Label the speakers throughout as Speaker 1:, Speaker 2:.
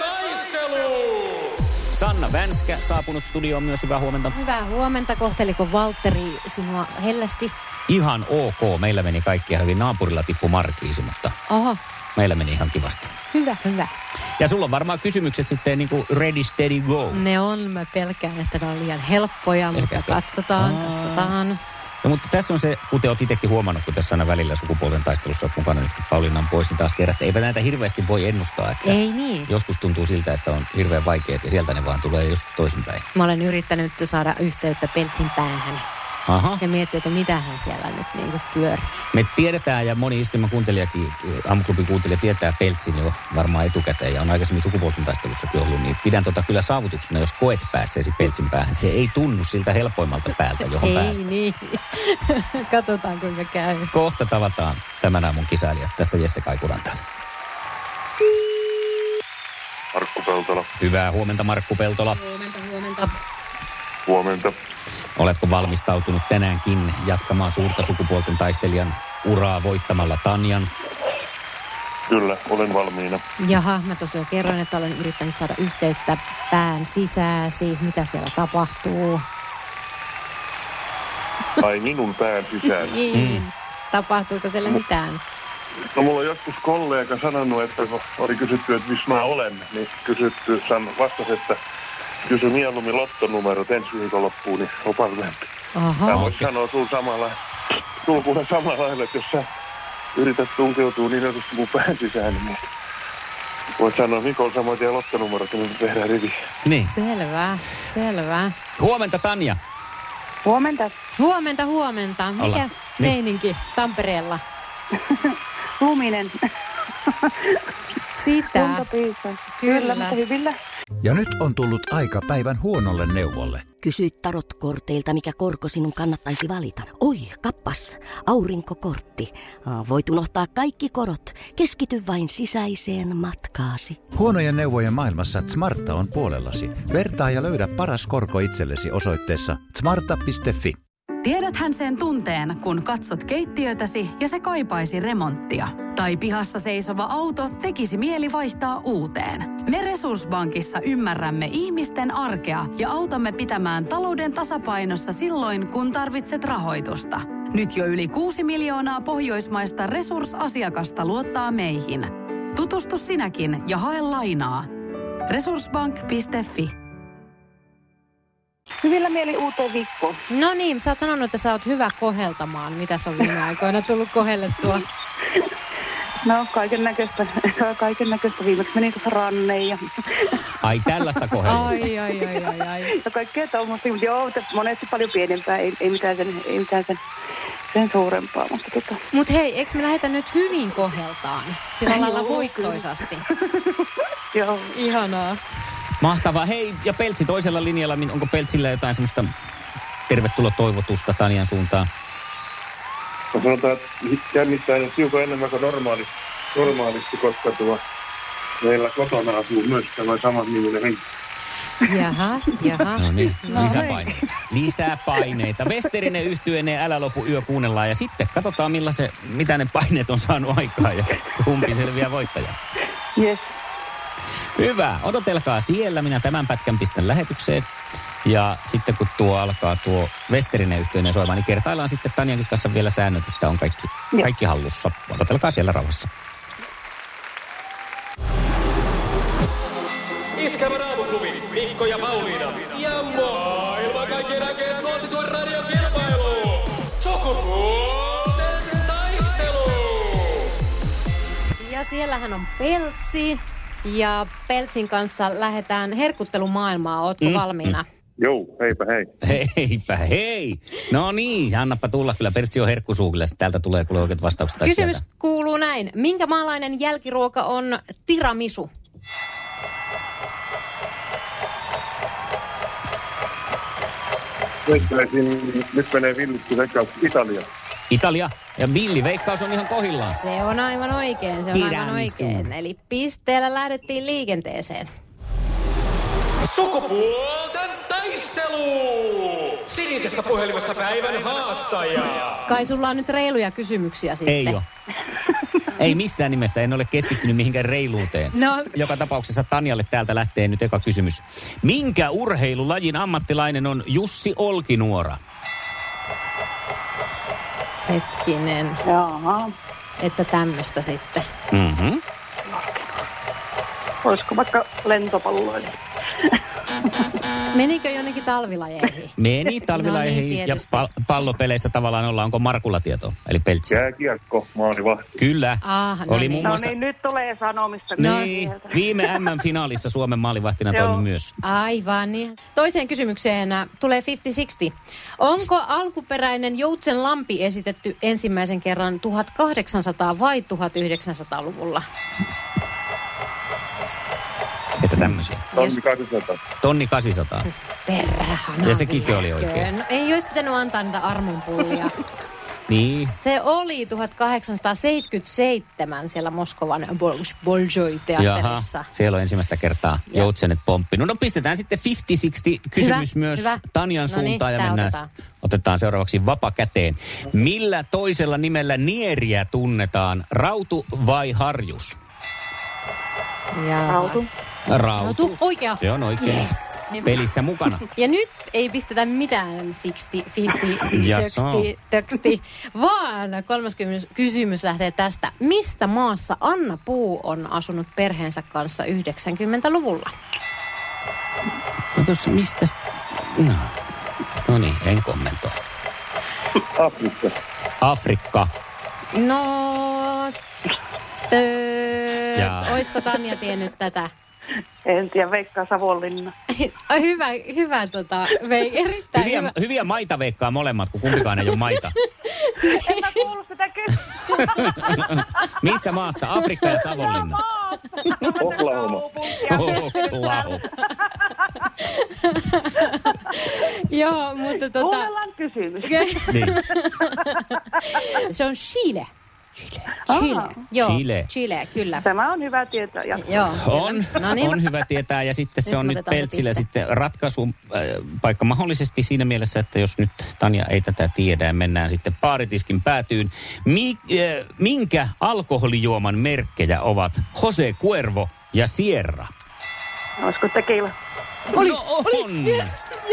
Speaker 1: taistelu!
Speaker 2: Sanna Vänskä saapunut studioon myös, hyvää huomenta.
Speaker 3: Hyvää huomenta. Kohteliko Valtteri sinua hellästi?
Speaker 2: Ihan ok, meillä meni kaikkia hyvin. Naapurilla tippu markiisi, mutta
Speaker 3: Oho,
Speaker 2: meillä meni ihan kivasti.
Speaker 3: hyvä, hyvä.
Speaker 2: Ja sulla on varmaan kysymykset sitten niin kuin ready, steady, go.
Speaker 3: Ne on, mä pelkään, että ne on liian helppoja, mutta
Speaker 2: Pelkäätkö?
Speaker 3: katsotaan,
Speaker 2: Aa.
Speaker 3: katsotaan.
Speaker 2: No, mutta tässä on se, kuten olet itsekin huomannut, kun tässä aina välillä sukupuolten taistelussa olet mukana, nyt kun Pauliina on pois, niin taas kerran, että eipä näitä hirveästi voi ennustaa. Että
Speaker 3: Ei niin.
Speaker 2: Joskus tuntuu siltä, että on hirveän vaikeat ja sieltä ne vaan tulee ja joskus toisinpäin.
Speaker 3: Mä olen yrittänyt saada yhteyttä Peltsin päähän
Speaker 2: Aha.
Speaker 3: ja miettiä, että mitä hän siellä nyt niinku pyörii.
Speaker 2: Me tiedetään ja moni iskelmän kuuntelijakin, aamuklubin kuuntelija tietää Peltsin jo varmaan etukäteen ja on aikaisemmin sukupuolten taistelussakin ollut, niin pidän tota kyllä saavutuksena, jos koet pääseesi Peltsin päähän. Se ei tunnu siltä helpoimmalta päältä, johon
Speaker 3: Ei
Speaker 2: päästään.
Speaker 3: niin. katsotaan, kuinka käy.
Speaker 2: Kohta tavataan tämän aamun kisailijat. Tässä Jesse Kaikuranta.
Speaker 4: Arkku Peltola,
Speaker 2: Hyvää huomenta Markku Peltola.
Speaker 3: Huomenta, huomenta.
Speaker 4: huomenta.
Speaker 2: Oletko valmistautunut tänäänkin jatkamaan suurta sukupuolten taistelijan uraa voittamalla Tanjan?
Speaker 4: Kyllä, olen valmiina.
Speaker 3: Jaha, mä tosiaan jo kerroin, että olen yrittänyt saada yhteyttä pään sisääsi, mitä siellä tapahtuu.
Speaker 4: Ai minun pään sisään.
Speaker 3: Niin. Tapahtuuko siellä mitään?
Speaker 4: No mulla on joskus kollega sanonut, että kun oli kysytty, että missä mä olen, niin kysytty, san vastasi, että kysy mieluummin lottonumerot ensi viikonloppuun, niin on parempi.
Speaker 3: Oho.
Speaker 4: Mä voin sanoa sun samalla, sun kuule samalla lailla, että jos sä yrität tunkeutua niin sanotusti mun pään sisään, niin voit sanoa Mikon samoin tien lottonumerot, niin me tehdään rivi.
Speaker 2: Niin.
Speaker 3: Selvä, selvä.
Speaker 2: Huomenta Tanja.
Speaker 5: Huomenta.
Speaker 3: Huomenta, huomenta. Mikä
Speaker 2: Ollaan.
Speaker 3: Olla.
Speaker 2: Niin.
Speaker 3: meininki Tampereella?
Speaker 5: Luminen.
Speaker 3: Sitä.
Speaker 5: Lunta piisaa.
Speaker 3: Kyllä.
Speaker 5: Kyllä, mutta hyvillä.
Speaker 6: Ja nyt on tullut aika päivän huonolle neuvolle.
Speaker 7: Kysy tarotkorteilta, mikä korko sinun kannattaisi valita. Oi, kappas, aurinkokortti. Voit unohtaa kaikki korot. Keskity vain sisäiseen matkaasi.
Speaker 6: Huonojen neuvojen maailmassa Smarta on puolellasi. Vertaa ja löydä paras korko itsellesi osoitteessa smarta.fi.
Speaker 8: Tiedäthän sen tunteen, kun katsot keittiötäsi ja se kaipaisi remonttia. Tai pihassa seisova auto tekisi mieli vaihtaa uuteen. Me Resurssbankissa ymmärrämme ihmisten arkea ja autamme pitämään talouden tasapainossa silloin, kun tarvitset rahoitusta. Nyt jo yli 6 miljoonaa pohjoismaista resursasiakasta luottaa meihin. Tutustu sinäkin ja hae lainaa. Resurssbank.fi
Speaker 5: Hyvillä mieli uuteen viikkoon.
Speaker 3: No niin, sä oot sanonut, että sä oot hyvä koheltamaan. Mitä se on viime aikoina tullut kohellettua?
Speaker 5: No, kaiken näköistä. Kaiken näköistä. Viimeksi menin tuossa ranneen ja,
Speaker 2: Ai tällaista kohdalla.
Speaker 3: Ai, ai, ai, ai, ai.
Speaker 5: ja No, kaikkea tuommoista. Mutta Joo, mutta monesti paljon pienempää. Ei, ei mitään, sen, ei mitään sen, sen suurempaa. Mutta tota,
Speaker 3: Mut hei, eikö me lähetä nyt hyvin koheltaan? Sillä
Speaker 5: Joo,
Speaker 3: lailla
Speaker 5: kyllä.
Speaker 3: voittoisasti.
Speaker 5: joo.
Speaker 3: Ihanaa.
Speaker 2: Mahtavaa. Hei, ja Peltsi toisella linjalla, niin onko Peltsillä jotain semmoista tervetuloa toivotusta Tanjan suuntaan?
Speaker 4: No sanotaan, että jännittää nyt hiukan enemmän kuin normaali, normaalisti, koska tuo meillä kotona asuu myös tämä sama niminen henkilö.
Speaker 3: Jahas, jahas.
Speaker 2: No niin,
Speaker 3: Ah, hei.
Speaker 2: lisäpaineita. Lisäpaineita. Westerinen yhtyene Älä lopu yö kuunnellaan ja sitten katsotaan millä se, mitä ne paineet on saanut aikaan ja kumpi selviää voittaja.
Speaker 5: Yes.
Speaker 2: Hyvä, odotelkaa siellä. Minä tämän pätkän pistän lähetykseen. Ja sitten kun tuo alkaa tuo Westerinen yhtyinen soimaan, niin kertaillaan sitten Tanjankin kanssa vielä säännöt, että on kaikki, kaikki hallussa. Odotelkaa siellä rauhassa.
Speaker 1: Iskelmän aamuklubi, Mikko ja Pauliina. Ja maailman kaikkien aikeen suosituin radiokilpailu. Sukupuolten taistelu!
Speaker 3: Ja siellähän on Peltsi. Ja Peltsin kanssa lähdetään herkuttelumaailmaa. Ootko
Speaker 2: Mm.
Speaker 3: valmiina?
Speaker 4: Joo, heipä hei.
Speaker 2: Heipä hei! No niin, annapa tulla. Kyllä Pertsi on herkkusuu. Kyllä täältä tulee kuule oikeat vastaukset. taas
Speaker 3: Kysymys
Speaker 2: sieltä.
Speaker 3: kuuluu näin. Minkä maalainen jälkiruoka on tiramisu?
Speaker 4: Veikkaisin, nyt menee villisti veikkaus Italia.
Speaker 2: Italia ja Billi, veikkaus on ihan kohillaan.
Speaker 3: Se on aivan oikein, se on
Speaker 2: Pidän
Speaker 3: aivan oikein.
Speaker 2: sun.
Speaker 3: Eli pisteellä lähdettiin liikenteeseen.
Speaker 1: Sukupuolten taistelu! Sinisessä puhelimessa päivän haastaja.
Speaker 3: Kai sulla on nyt reiluja kysymyksiä sitten.
Speaker 2: Ei ole. Ei missään nimessä, en ole keskittynyt mihinkään reiluuteen.
Speaker 3: No.
Speaker 2: Joka tapauksessa Tanjalle täältä lähtee nyt eka kysymys. Minkä urheilulajin ammattilainen on Jussi Olkinuora?
Speaker 3: Hetkinen,
Speaker 5: Jaha.
Speaker 3: että tämmöistä sitten. Mhm.
Speaker 2: Mm-hmm.
Speaker 5: Olisiko vaikka lentopalloilla?
Speaker 3: Menikö jonnekin talvilajeihin?
Speaker 2: Meni
Speaker 3: No
Speaker 2: talvilaihin
Speaker 3: niin,
Speaker 2: ja
Speaker 3: tietysti.
Speaker 2: pal- pallopeleissä tavallaan ollaan, onko Markulla tieto, eli peltsi.
Speaker 4: Jääkiekko, maalivahti.
Speaker 2: Kyllä,
Speaker 3: Ah, no
Speaker 2: oli
Speaker 3: niin.
Speaker 2: muun
Speaker 5: No
Speaker 2: muassa...
Speaker 5: niin, nyt tulee sanomista.
Speaker 3: No,
Speaker 2: Niin, viime MM-finaalissa Suomen maalivahtina
Speaker 5: Joo.
Speaker 2: toimi myös.
Speaker 3: Aivan. niin. Toiseen kysymykseen ä, tulee 50-60. Onko alkuperäinen Joutsen lampi esitetty ensimmäisen kerran 1800 vai 1900-luvulla?
Speaker 2: Että tämmöisiä.
Speaker 4: Tommi 800.
Speaker 2: Tonni 800.
Speaker 3: Perhana.
Speaker 2: Ja sekin
Speaker 3: vieläkö.
Speaker 2: oli oikein.
Speaker 3: No, ei olisi pitänyt antaa niitä armonpullia.
Speaker 2: Niin,
Speaker 3: Se oli 1877 siellä Moskovan Bolsh-
Speaker 2: Jaha,
Speaker 3: Bolshoi-teatterissa.
Speaker 2: siellä on ensimmäistä kertaa
Speaker 3: Ja.
Speaker 2: joutsenet pomppinut. No pistetään sitten 50-60 kysymys
Speaker 3: Hyvä,
Speaker 2: myös
Speaker 3: hyvä.
Speaker 2: Tanjan
Speaker 3: No niin,
Speaker 2: suuntaan ja
Speaker 3: tää
Speaker 2: mennään. Otetaan.
Speaker 3: otetaan.
Speaker 2: otetaan seuraavaksi vapa käteen. Millä toisella nimellä nieriä tunnetaan? Rautu vai harjus?
Speaker 3: Jaha.
Speaker 5: Rautu.
Speaker 2: Rautu.
Speaker 3: Rautu. Oikea.
Speaker 2: Se on oikein.
Speaker 3: Yes. niin
Speaker 2: Pelissä mukana.
Speaker 3: Ja nyt ei pistetä mitään 60, 50,
Speaker 2: Ja
Speaker 3: 60, töksti, vaan 30 kysymys lähtee tästä. Missä maassa Anna Puu on asunut perheensä kanssa 90-luvulla?
Speaker 2: No tos, mistä? No. no niin, en kommentoi.
Speaker 4: Afrikka.
Speaker 2: Afrikka.
Speaker 3: No,
Speaker 2: Jaa.
Speaker 3: öö, oisko Tanja tiennyt tätä?
Speaker 5: En tiedä, veikkaa Savonlinna.
Speaker 3: Ai, hyvä, hyvä tota, vei erittäin
Speaker 2: Hyviä,
Speaker 3: hyvä.
Speaker 2: hyviä maita veikkaa molemmat, kun kumpikaan ei ole maita.
Speaker 5: En mä kuullut sitä kysyä
Speaker 2: Missä maassa? Afrikka ja Savonlinna.
Speaker 5: maasta.
Speaker 4: Oklahoma.
Speaker 2: Oklahoma.
Speaker 3: Joo, mutta tota,
Speaker 5: Kuunnellaan kysymys.
Speaker 2: Niin.
Speaker 3: se on Chile. Chile. Joo,
Speaker 2: Chile.
Speaker 3: Chile, kyllä.
Speaker 5: Tämä on hyvä tietää. jatkaa.
Speaker 3: Joo,
Speaker 2: On,
Speaker 3: No niin.
Speaker 2: on hyvä tietää ja sitten se
Speaker 3: Nyt
Speaker 2: on
Speaker 3: me
Speaker 2: nyt
Speaker 3: otetaan se
Speaker 2: Peltsillä
Speaker 3: piste.
Speaker 2: sitten ratkaisu äh, paikka mahdollisesti siinä mielessä, että jos nyt Tanja ei tätä tiedä ja mennään sitten paaritiskin päätyyn. Mi, äh, minkä alkoholijuoman merkkejä ovat Jose Cuervo ja Sierra?
Speaker 5: Olisiko tekillä?
Speaker 2: Oli, no on. Oli, yes.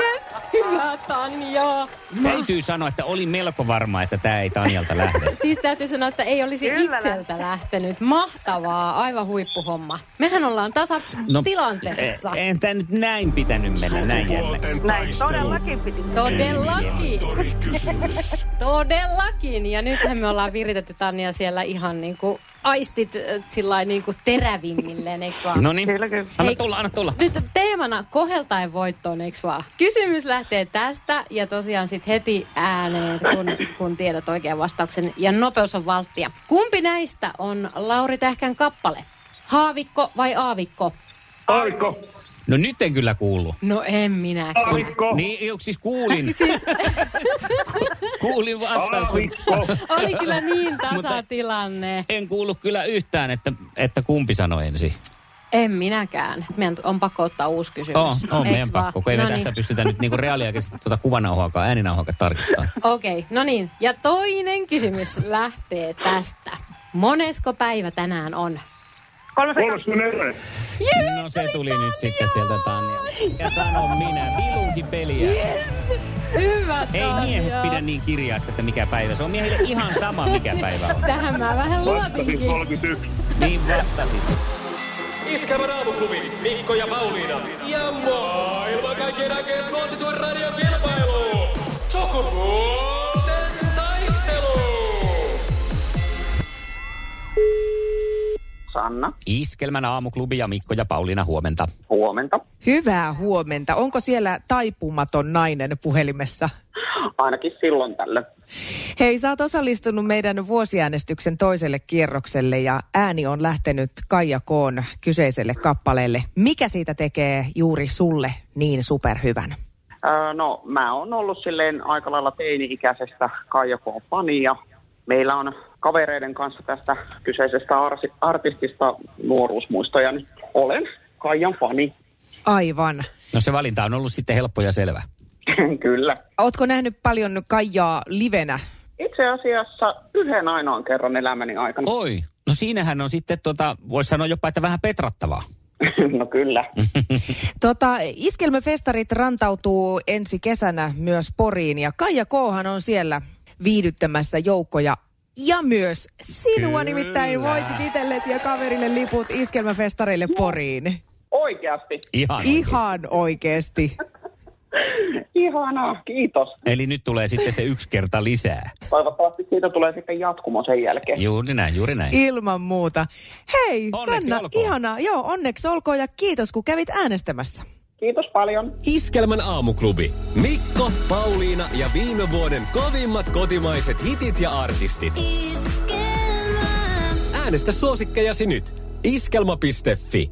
Speaker 3: Yes, hyvä Tanja.
Speaker 2: Täytyy sanoa, että oli melko varma, että tämä ei Tanjalta lähde.
Speaker 3: Siis täytyy sanoa, että ei olisi
Speaker 5: Kyllä
Speaker 3: itseltä lähtenyt. Mahtavaa, aivan huippuhomma. Mehän ollaan tasa
Speaker 2: No, e-
Speaker 3: tilanteessa.
Speaker 2: eh, En tämä nyt näin pitänyt mennä näin jälleen.
Speaker 5: Näin todellakin piti.
Speaker 3: Todellakin. Todellakin. Ja nythän me ollaan viritetty Tanja siellä ihan niin kuin aistit äh, sillä niin kuin terävimmilleen, eikö vaan?
Speaker 2: No niin,
Speaker 5: Kyllä, kyllä.
Speaker 2: anna
Speaker 3: Hei.
Speaker 2: tulla, anna tulla.
Speaker 3: Nyt teemana koheltaen voittoon, eikö vaan? Kysymys lähtee tästä ja tosiaan sitten heti ääneen, kun, kun tiedät oikean vastauksen. Ja nopeus on valttia. Kumpi näistä on Lauri Tähkän kappale? Haavikko vai aavikko?
Speaker 4: Aiko.
Speaker 2: No nyt en kyllä kuullut.
Speaker 3: No en minä.
Speaker 4: Aiko.
Speaker 2: Niin, joo, siis kuulin,
Speaker 3: Siis
Speaker 2: kuulin vastauksen.
Speaker 4: Aiko.
Speaker 3: oli kyllä niin tasatilanne.
Speaker 2: En kuullut kyllä yhtään, että, että kumpi sanoi ensin.
Speaker 3: En minäkään. Meidän on pakko ottaa uusi kysymys.
Speaker 2: On, on Oh, meidän
Speaker 3: Eiks vaan?
Speaker 2: pakko, kun ei me
Speaker 3: No
Speaker 2: tässä
Speaker 3: niin.
Speaker 2: pystytä nyt niinku reaaliaikaisesti tuota kuvanauhoakaan, ääninauhoakaan tarkistamaan.
Speaker 3: Okei, okay, no niin. Ja toinen kysymys lähtee tästä. Monesko päivä tänään on?
Speaker 5: Kolme
Speaker 4: Kolmekymmentä.
Speaker 2: No se tuli nyt sitten sieltä Tanjalta. Ja sano minä, vilunkin peliä.
Speaker 3: Yes! Hyvä
Speaker 2: Ei miehet pidä niin kirjaista, että mikä päivä. Se on miehille ihan sama, mikä päivä on.
Speaker 3: Tähän mä vähän
Speaker 4: Vastasin
Speaker 3: luotinkin.
Speaker 4: 31.
Speaker 2: Niin vastasit.
Speaker 1: Iskävä raamuklubi, Mikko ja Pauliina. Ja maailman kaikkien aikeen suosituen radiokilpailu. Sukupuolten taistelu.
Speaker 9: Sanna,
Speaker 2: Iskelmän aamuklubi ja Mikko ja Pauliina huomenta.
Speaker 9: huomenta.
Speaker 10: Hyvää huomenta. Onko siellä taipumaton nainen puhelimessa?
Speaker 9: Ainakin silloin tällöin.
Speaker 10: Hei, sä oot osallistunut meidän vuosiäänestyksen toiselle kierrokselle ja ääni on lähtenyt Kaija Koon kyseiselle kappaleelle. Mikä siitä tekee juuri sulle niin superhyvän?
Speaker 9: Öö, no, mä oon ollut silleen aika lailla teini-ikäisestä Kaijakon fani ja meillä on kavereiden kanssa tästä kyseisestä arsi- artistista nuoruusmuistoja. Nyt Olen Kaijan fani.
Speaker 10: Aivan.
Speaker 2: No se valinta on ollut sitten helppo ja selvä.
Speaker 9: Kyllä.
Speaker 10: Ootko nähnyt paljon Kaijaa livenä?
Speaker 9: Itse asiassa yhden ainoan kerran elämäni aikana.
Speaker 2: Oi, no siinähän on sitten, tota, voisi sanoa jopa, että vähän petrattavaa.
Speaker 9: no kyllä.
Speaker 10: Tota, iskelmäfestarit rantautuu ensi kesänä myös Poriin ja Kaija Koohan on siellä viihdyttämässä joukkoja ja myös sinua
Speaker 2: Kyllä.
Speaker 10: Kyllä. nimittäin voitit itsellesi ja kaverille liput iskelmäfestareille Poriin.
Speaker 9: Oikeasti.
Speaker 2: Ihan oikein.
Speaker 10: Ihan oikeesti.
Speaker 9: Ihanaa, kiitos.
Speaker 2: Eli nyt tulee sitten se yksi kerta lisää.
Speaker 9: Toivottavasti siitä tulee sitten jatkumo sen jälkeen.
Speaker 2: Juuri näin, juuri näin.
Speaker 10: Ilman muuta. Hei,
Speaker 2: Onneksi
Speaker 10: Sanna,
Speaker 2: olkoon.
Speaker 10: ihanaa. Joo, onneksi olkoon ja kiitos kun kävit äänestämässä.
Speaker 9: Kiitos paljon.
Speaker 1: Iskelmän aamuklubi. Mikko, Pauliina ja viime vuoden kovimmat kotimaiset hitit ja artistit. Äänestä suosikkejasi nyt. Iskelma.fi.